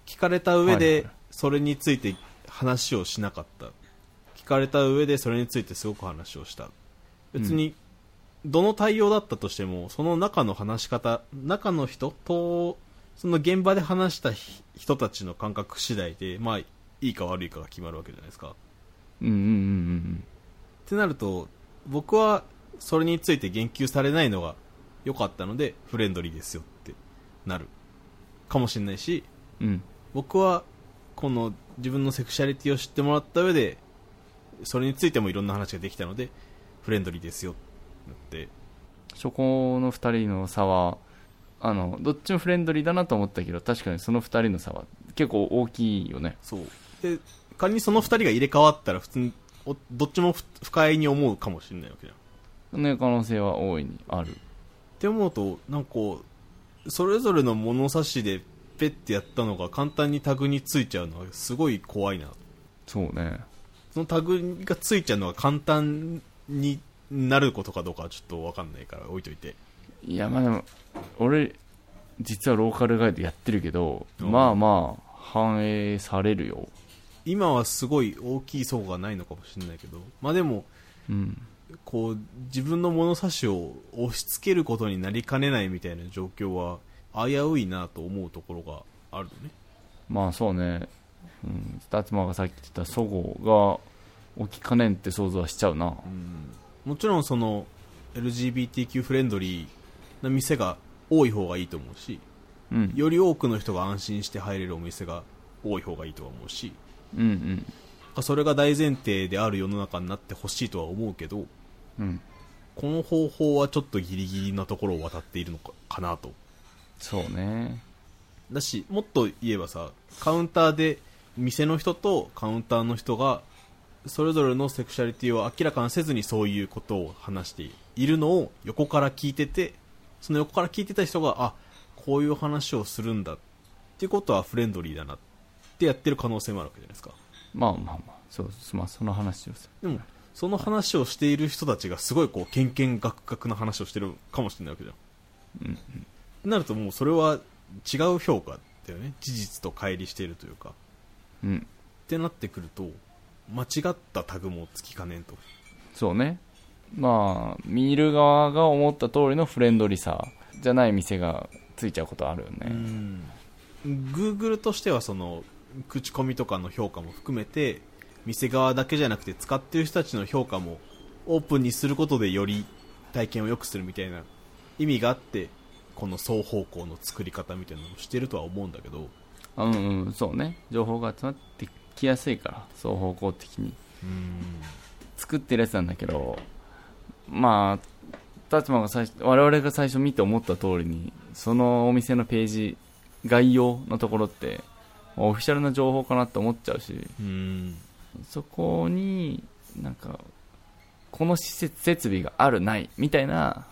A: 聞かれた上
B: はいはい
A: で
B: はい
A: それについて話をしなかった聞かれた上でそれについてすごく話をした別にどの対応だったとしてもその中の話し方中の人とその現場で話したひ人たちの感覚次第でまあいいか悪いかが決まるわけじゃないですか
B: うんうんうん
A: ってなると僕はそれについて言及されないのが良かったのでフレンドリーですよってなるかもしれないし
B: うんうん
A: 僕はこの自分のセクシャリティを知ってもらった上でそれについてもいろんな話ができたのでフレンドリーですよって
B: そこの2人の差はあのどっちもフレンドリーだなと思ったけど確かにその2人の差は結構大きいよね
A: そうで仮にその2人が入れ替わったら普通におどっちもふ不快に思うかもしれないわけじゃん
B: ね可能性は大いにある
A: って思うとなんかこうそれぞれの物差しでペってやったのが簡単にタグについちゃうのはすごい怖いな
B: そうね
A: そのタグがついちゃうのは簡単になることかどうかはちょっとわかんないから置いといて
B: いやまあでも俺実はローカルガイドやってるけど、まあまあ反映されるよ
A: 今はすごい大きい層がないのかもしれないけどまあでも、
B: うん、
A: こう自分の物差しを押し付けることになりかねないみたいな状況は危ういなと思うところがあるのね
B: まあそうね、うん、達馬がさっき言ってたそごが起きかねんって想像はしちゃうな
A: もちろんその LGBTQ フレンドリーな店が多い方がいいと思うし、
B: うん
A: より多くの人が安心して入れるお店が多い方がいいとは思うし
B: うんうん
A: それが大前提である世の中になってほしいとは思うけど
B: うん
A: この方法はちょっとギリギリなところを渡っているのかかなと
B: そうね
A: だしもっと言えばさカウンターで店の人とカウンターの人がそれぞれのセクシャリティを明らかにせずにそういうことを話しているのを横から聞いててその横から聞いてた人があこういう話をするんだっていうことはフレンドリーだなってやってる可能性もあるわけじゃないですか
B: まあまあまあそうすまあその話をす
A: でもその話をしている人たちがすごいこうケンケンガクガクな話をしてるかもしれないわけじゃん
B: るうん
A: なるともうそれは違う評価だよね事実と乖離しているというか
B: うんうん
A: ってなってくると間違ったタグもつきかねんと
B: そうねまあ見る側が思った通りのフレンドリさじゃない店がついちゃうことあるよね、
A: Google としてはその口コミとかの評価も含めて店側だけじゃなくて使ってる人たちの評価もオープンにすることでより体験を良くするみたいな意味があってこの双方向の作り方みたいなのをしてるとは思うんだけど
B: あうんうんそうね情報が集まってきやすいから双方向的に作ってるやつなんだけどまあ達馬が最初我々が最初見て思った通りにそのお店のページ概要のところってまあオフィシャルな情報かなって思っちゃうし
A: うん
B: そこになんかこの施設設備があるないみたいな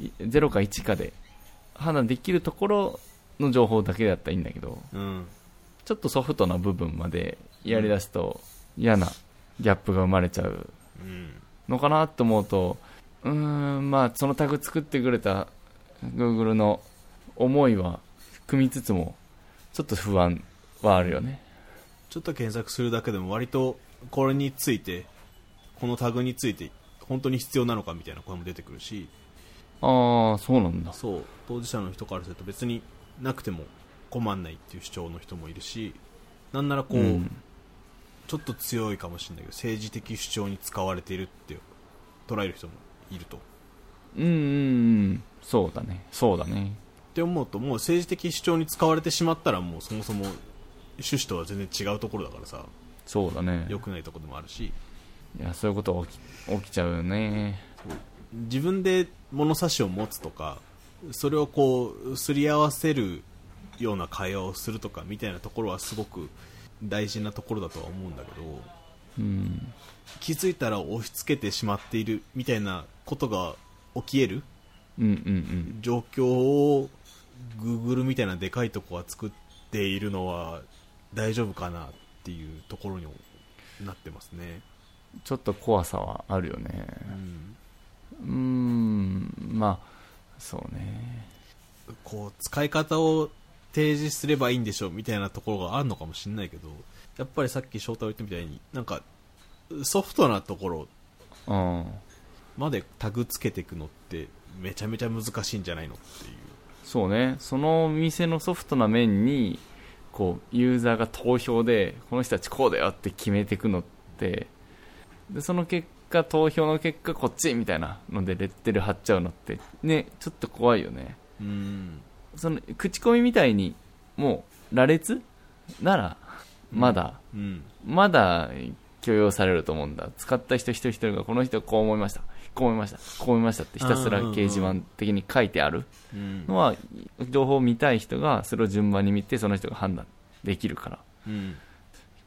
B: い0か1かで判断できるところの情報だけだったらいいんだけど
A: うん
B: ちょっとソフトな部分までやりだすと嫌なギャップが生まれちゃう
A: うん
B: のかなと思うとうーんまあそのタグ作ってくれた Google の思いは組みつつもちょっと不安はあるよね
A: ちょっと検索するだけでも割とこれについてこのタグについて本当に必要なのかみたいな声も出てくるし
B: ああそうなんだ
A: そう当事者の人からすると別になくても困んないっていう主張の人もいるしなんならこう、
B: うん
A: ちょっと強いかもしれないけど政治的主張に使われているって捉える人もいるとっ
B: うんうんうんそうだねそうだね
A: て思うともう政治的主張に使われてしまったらもうそもそも趣旨とは全然違うところだからさ
B: そうだね
A: 良くないところでもあるし
B: いやそういうことが起き起きちゃうよね
A: 自分で物差しを持つとかそれをこうすり合わせるような会話をするとかみたいなところはすごく大事なところだとは思うんだけど
B: うん
A: 気づいたら押し付けてしまっているみたいなことが起きえる
B: うんうん
A: 状況を Google みたいなでかいとこが作っているのは大丈夫かなっていうところになってますね。
B: うんちょっと怖さはあるよね
A: うん
B: うーんまあそうね
A: こう使い方を提示すればいいんでしょうみたいなところがあるのかもしれないけどやっぱりさっき翔太郎言ったみたいになんかソフトなところ
B: うん
A: までタグつけていくのってめちゃめちゃ難しいんじゃないのっていう
B: そうねその店のソフトな面にこうユーザーが投票でこの人たちこうだよって決めていくのってでその結果投票の結果こっちみたいなのでレッテル貼っちゃうのってねちょっと怖いよね
A: うん
B: その口コミみたいにもう羅列ならまだ、
A: うん
B: まだ許容されると思うんだ使った人一人一人がこの人こう思いましたこう思いましたこう思いましたってひたすら掲示板的に書いてある
A: うん
B: のは情報を見たい人がそれを順番に見てその人が判断できるから
A: うん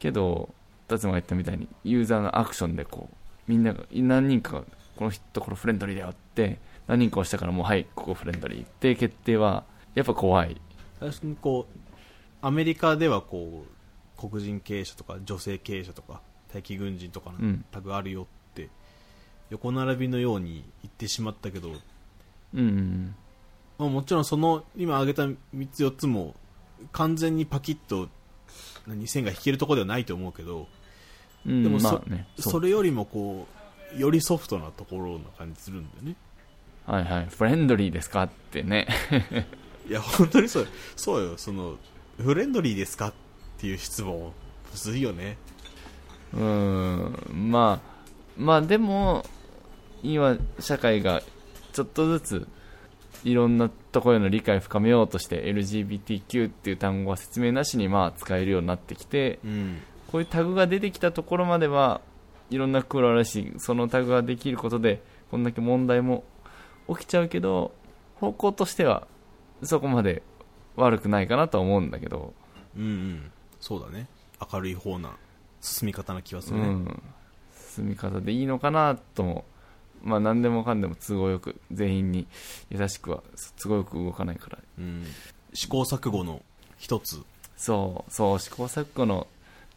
B: けど達馬が言ったみたいにユーザーのアクションでこうみんなが何人かがこの人これフレンドリーだよって何人か押したからもうはいここフレンドリーって決定はやっぱ怖い
A: 最初にこうアメリカではこう黒人経営者とか女性経営者とか待機軍人とか
B: うん
A: タグあるよって、横並びのように言ってしまったけど、
B: うんうん
A: まあ、もちろんその今挙げた3つ4つも完全にパキッと何線が引けるところではないと思うけど、
B: うんうん
A: でもそ,、
B: まあね
A: そうれよりもこうよりソフトなところな感じするんだよね
B: はいはいフレンドリーですかってね
A: いや本当にそうよそうよそのフレンドリーですかっていう質問むずいよね
B: うーんまあまあでも今社会がちょっとずついろんなところへの理解を深めようとして LGBTQ っていう単語は説明なしにまあ使えるようになってきて
A: うん
B: こういうタグが出てきたところまではいろんな苦労あるしそのタグができることでこんだけ問題も起きちゃうけど方向としてはそこまで悪くないかなとは思うんだけど、
A: うんうんそうだね明るい方な進み方な気がす
B: う
A: るね、
B: ん、進み方でいいのかなとも、まあ、何でもかんでも都合よく全員に優しくは都合よく動かないから
A: うん試行錯誤の一つ
B: そうそう試行錯誤の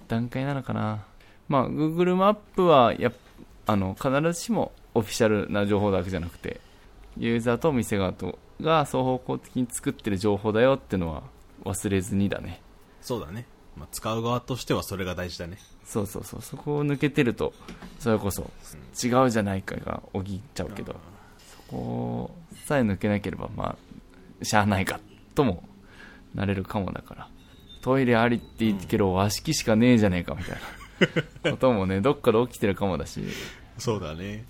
B: 段階なのかなまあ Google マップはやっあの必ずしもオフィシャルな情報だけじゃなくてユーザーとお店側とが双方向的に作ってる情報だよってのは忘れずにだね
A: そうだね、まあ、使う側としてはそれが大事だね
B: そうそうそうそこを抜けてるとそれこそ違うじゃないかが補っちゃうけどそこさえ抜けなければまあしゃあないかともなれるかもだからトイレありって言ってけど和式しかねえじゃねえかみたいなこともねどっかで起きてるかもだし
A: そうだね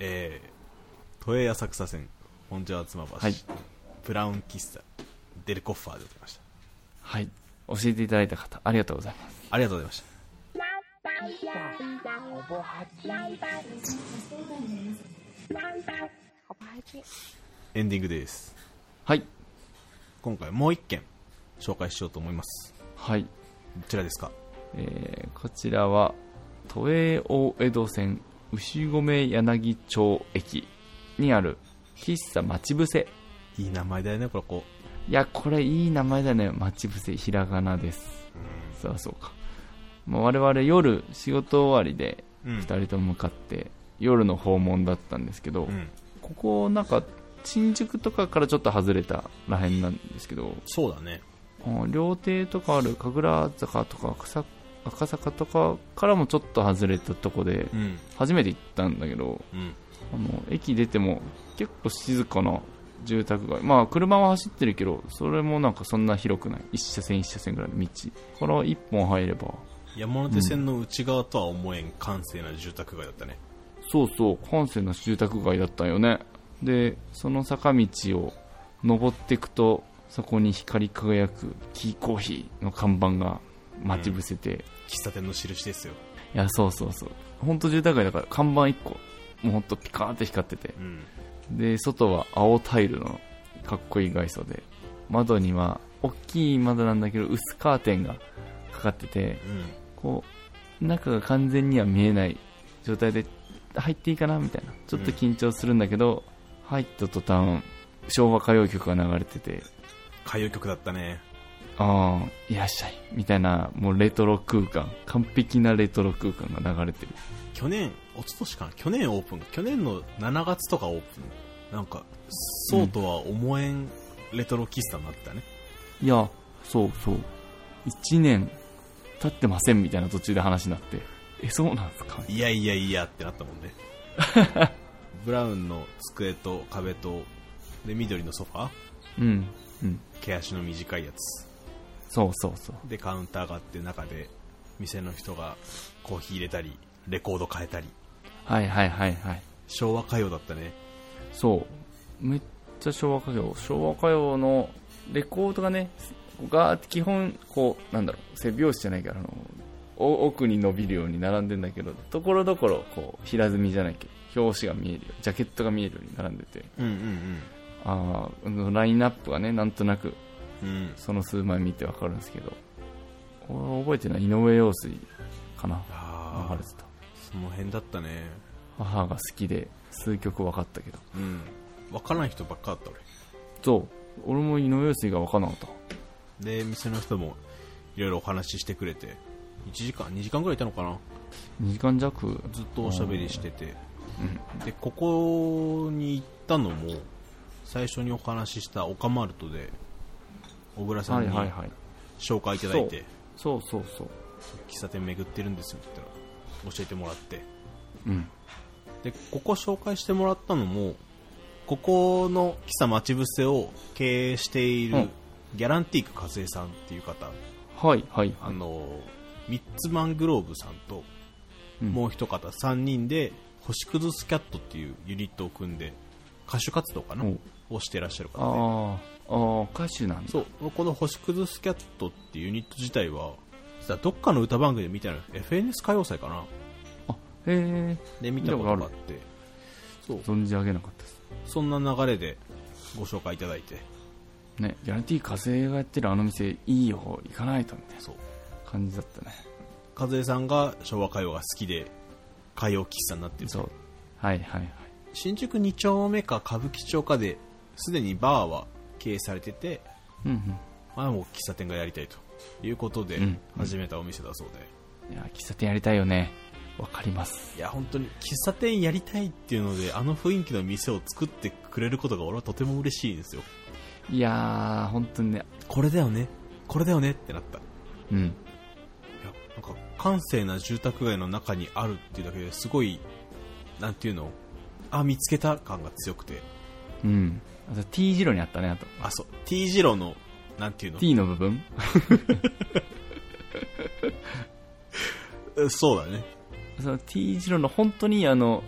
A: えー、都営浅草線本庄妻橋、
B: はい
A: ブラウン喫茶デルコッファーでございました
B: はい教えていただいた方ありがとうございます
A: ありがとうございましたエンディングです
B: はい
A: 今回もう一件紹介しようと思います
B: はい、
A: どちらですか
B: えーこちらは都営大江戸線牛込柳町駅にある喫茶待ち伏せ
A: いい名前だよねこれこ
B: いや、これいい名前だね。待ち伏せ、ひらがなです。そうそうか。まあ、我々夜、仕事終わりで、
A: う、うん
B: 二人とも向かって、夜の訪問だったんですけど、
A: うん、
B: ここ、なんか、新宿とかからちょっと外れたらへんなんですけど、
A: そうだね
B: あ料亭とかある神楽坂とか赤坂赤坂とかからもちょっと外れたとこで、
A: うん
B: 初めて行ったんだけど、
A: うん
B: あの駅出ても結構静かな住宅街まあ車は走ってるけどそれもなんかそんな広くない一車線一車線ぐらいの道から一本入れば
A: 山手線の内側とは思えん閑静な住宅街だったね
B: そうそう閑静な住宅街だったよねでその坂道を登っていくとそこに光り輝くキーコーヒーの看板が待ち伏せて、
A: 喫茶店の印ですよ、
B: いやそうそうそう本当住宅街だから看板1個もうほんとピカーンって光ってて
A: うん、
B: で外は青タイルのかっこいい外装で窓には大きい窓なんだけど薄カーテンがかかってて
A: うん、
B: こう中が完全には見えない状態で入っていいかなみたいなちょっと緊張するんだけど、入った途端昭和歌謡曲が流れてて
A: 歌謡曲だったね
B: ああいらっしゃいみたいなもうレトロ空間完璧なレトロ空間が流れてる
A: 去年一昨年かな去年オープン去年の7月とかオープンなんかそうとは思えんレトロ喫茶になってたね、
B: いやそうそう1年経ってませんみたいな途中で話になってえそうなんですか
A: いやいやいやってなったもん [laughs] ねブラウンの机と壁とで緑のソファー
B: うん、うん、
A: 毛足の短いやつ
B: そうそうそう
A: でカウンターがあって中で店の人がコーヒー入れたりレコード変えたり
B: はいはいはいはい
A: 昭和歌謡だったね
B: そうめっちゃ昭和歌謡昭和歌謡のレコードがねが基本こうなんだろう背拍子じゃないからあのお奥に伸びるように並んでんだけどところどころこう平積みじゃないけど表紙が見えるようにジャケットが見えるように並んでて
A: うんうん
B: ああラインナップがねなんとなく
A: うんうん
B: その数枚見てわかるんですけどこれ覚えてるのは井上陽水かな
A: あ
B: 流
A: あ
B: れてた
A: その辺だったね
B: 母が好きで数曲分かったけど
A: うん分からない人ばっかだった俺
B: そう俺も井上陽水が分かんなかった
A: で店の人もいろいろお話ししてくれて1時間2時間ぐらいいたのかな
B: 2時間弱
A: ずっとおしゃべりしてて、でここに行ったのも最初にお話ししたオカマルトで小倉さんに
B: はいはいはい
A: 紹介いただいて、
B: そうそうそう
A: 喫茶店巡ってるんですよって言ったら教えてもらって
B: うん
A: でここ紹介してもらったのもここの喫茶待ち伏せを経営している、
B: うん
A: ギャランティーク和江さんっていう方
B: はいはい
A: あのミッツマングローブさんと
B: うん
A: もう一方3人で星屑スキャットっていうユニットを組んで歌手活動かな
B: お
A: をしてらっしゃる方
B: あーあー歌手な
A: で
B: んだ
A: そうこの星屑スキャットっていうユニット自体は実はどっかの歌番組で見たの FNS 歌謡祭かな
B: へえ
A: で見たことがあってそう
B: 存じ上げなかったです
A: そんな流れでご紹介いただいて
B: ねギャランティー風がやってるあの店いいよ行かないとみたい
A: そう
B: な感じだったね
A: 和江さんが昭和歌謡が好きで歌謡喫茶になってる
B: そうはいはいはい
A: 新宿2丁目か歌舞伎町かですでにバーは経営されてて、
B: うん
A: まあ、もう喫茶店がやりたいということで
B: うんうん
A: 始めたお店だそうで、
B: うんいや喫茶店やりたいよねわかります
A: いや本当に喫茶店やりたいっていうのであの雰囲気の店を作ってくれることが俺はとても嬉しいんですよ
B: いやー本当にね
A: これだよねこれだよねってなったい
B: うん
A: やなんか閑静な住宅街の中にあるっていうだけですごいなんていうのあ見つけた感が強くて
B: うんあと T 字路にあったねあと
A: あそう T 字路のなんていうの
B: T の部分
A: うんそうだね
B: その T 字路の本当にあの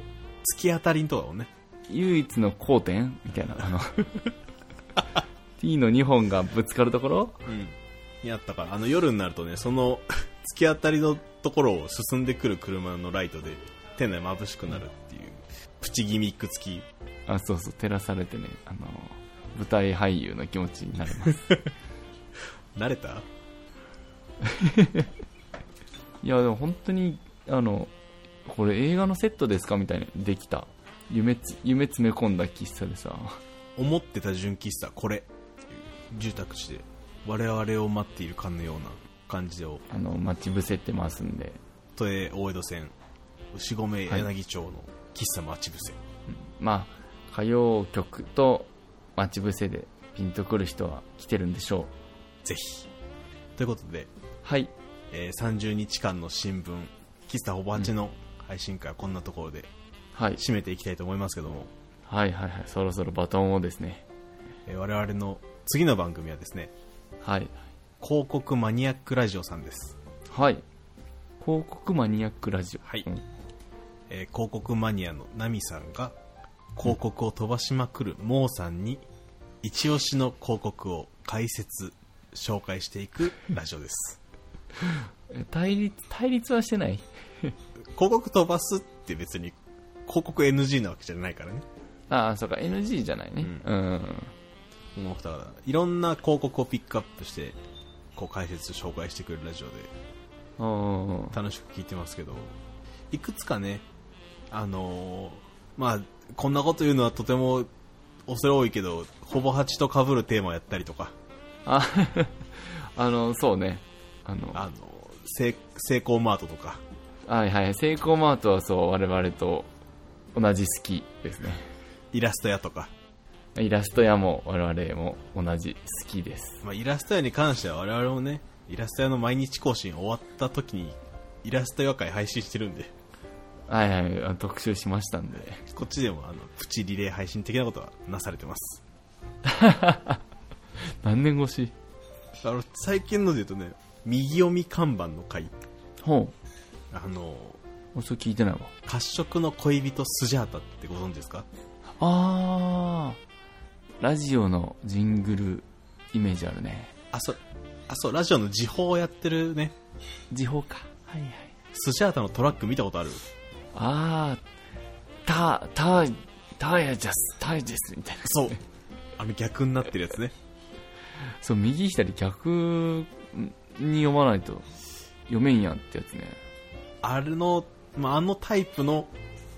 A: 突き当たりんとこだもんね
B: 唯一の交点みたいな [laughs] あの T の2本がぶつかるところ
A: うん、にあったからあの夜になるとねその [laughs] 突き当たりのところを進んでくる車のライトで店内眩しくなるっていうプチギミック付き
B: あそうそう照らされてねあの舞台俳優の気持ちになります [laughs]
A: 慣れた
B: いやでも本当にあのこれ映画のセットですかみたいにできた夢つ夢詰め込んだ喫茶でさ
A: 思ってた純喫茶これっていう住宅地で我々を待っているかのような感じを
B: あの待ち伏せてますんで、
A: 都営大江戸線牛込
B: はい
A: 柳町の喫茶待ち伏せ、
B: まあ、歌謡曲と待ち伏せでピンとくる人は来てるんでしょう。
A: ぜひということで、
B: はい。
A: えー30日間の新聞喫茶ほぼ8の配信会はこんなところで
B: はい。
A: 締めていきたいと思いますけども、
B: はいはいはい。そろそろバトンをですね。
A: えー我々の次の番組はですね
B: はい。
A: 広告マニアックラジオさんです、
B: はい。広告マニアックラジオ。
A: はい
B: うん
A: えー広告マニアのナミさんが広告を飛ばしまくるモーさんに一押しの広告を解説紹介していくラジオです
B: え対立、対立はしてない
A: 広告飛ばすって別に広告 NG なわけじゃないからね
B: ああ、そうか。NG じゃないね。
A: う
B: うん。
A: この二方いろんな広告をピックアップしてこう解説紹介してくれるラジオで
B: うん。
A: 楽しく聞いてますけどいくつかねあのーまあこんなこと言うのはとても恐れ多いけどほぼ8と被るテーマをやったりとか
B: あ、あの、そうね。あの、
A: あのセイセイコーマートとか
B: はいはい。セイコーマートはそう、我々と同じ好きですね。
A: イラスト屋とか、
B: イラスト屋も我々も同じ好きです。
A: まあ、イラスト屋に関しては我々もねイラスト屋の毎日更新終わった時にイラスト屋会配信してるんで
B: はいはい、あの特集しましたんで。
A: こっちでもあのプチリレー配信的なことはなされてます
B: 何年越し
A: あの最近ので言うとね右読み看板の回
B: ほ
A: あの
B: う。それ聞いてないわ。
A: 褐色の恋人スジャータってご存知ですか
B: あー。ラジオのジングルイメージあるね。
A: あ、そう、あ、そう、ラジオの時報をやってるね、
B: 時報か。はいはい。
A: スジャータのトラック見たことある
B: あー。た、た、たやじゃす、たやじゃすみたいな。
A: そう。あの逆になってるやつね。
B: [laughs] そう、右左逆に読まないと読めんやんってやつね。
A: あれの、まあ、あのタイプの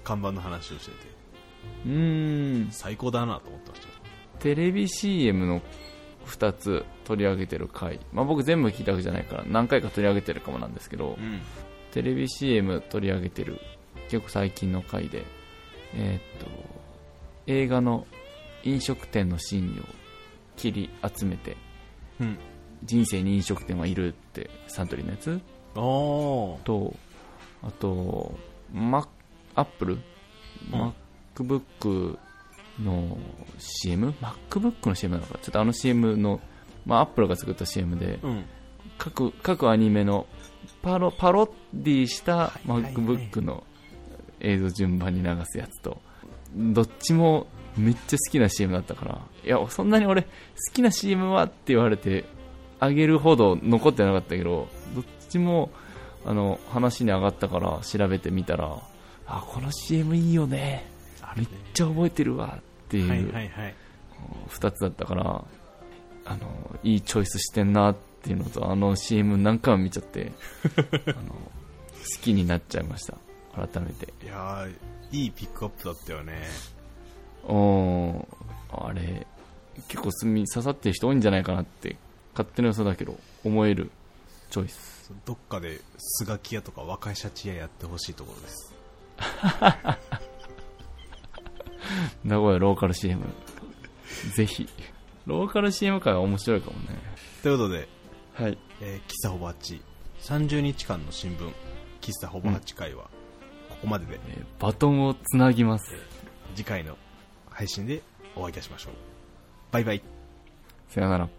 A: 看板の話をしてて、
B: うーん。
A: 最高だなと思ってました。
B: テレビ CM の2つ取り上げてる回、まあ、僕全部聞いたわけじゃないから何回か取り上げてるかもなんですけど、
A: うん
B: テレビ CM 取り上げてる結構最近の回でえーっと映画の飲食店のシーンを切り集めて
A: うん
B: 人生に飲食店はいるってサントリーのやつ
A: あー
B: とあとマアップル、
A: うん
B: MacBook の CM?MacBook の CM なのかちょっとあの CM の、まあ、アップルが作った CM で
A: うん
B: 各各アニメのパロパロディした
A: はいはい
B: MacBook の映像順番に流すやつとどっちもめっちゃ好きな CM だったからいやそんなに俺好きな CM はって言われてあげるほど残ってなかったけどどっちもあの話に上がったから調べてみたらあこの CM いいよね
A: あ
B: めっちゃ覚えてるわっていう、
A: はいはいはい
B: 2つだったからあのいいチョイスしてんなっていうのとあの CM 何回も見ちゃって [laughs] あの好きになっちゃいました改めて
A: いやーいいピックアップだったよね
B: おーあれ結構隅刺さってる人多いんじゃないかなって勝手な予想だけど思えるチョイス
A: どっかでスガキ屋とか若いシャチ屋やってほしいところです
B: 名古屋ローカル CM ぜひローカル CM 界は面白いかもね
A: ということで、
B: はい
A: えー喫茶ホバチ30日間の新聞喫茶ホバ8回はここまでで、
B: えーバトンをつなぎます
A: 次回の配信でお会いいたしましょうバイバイ
B: さよなら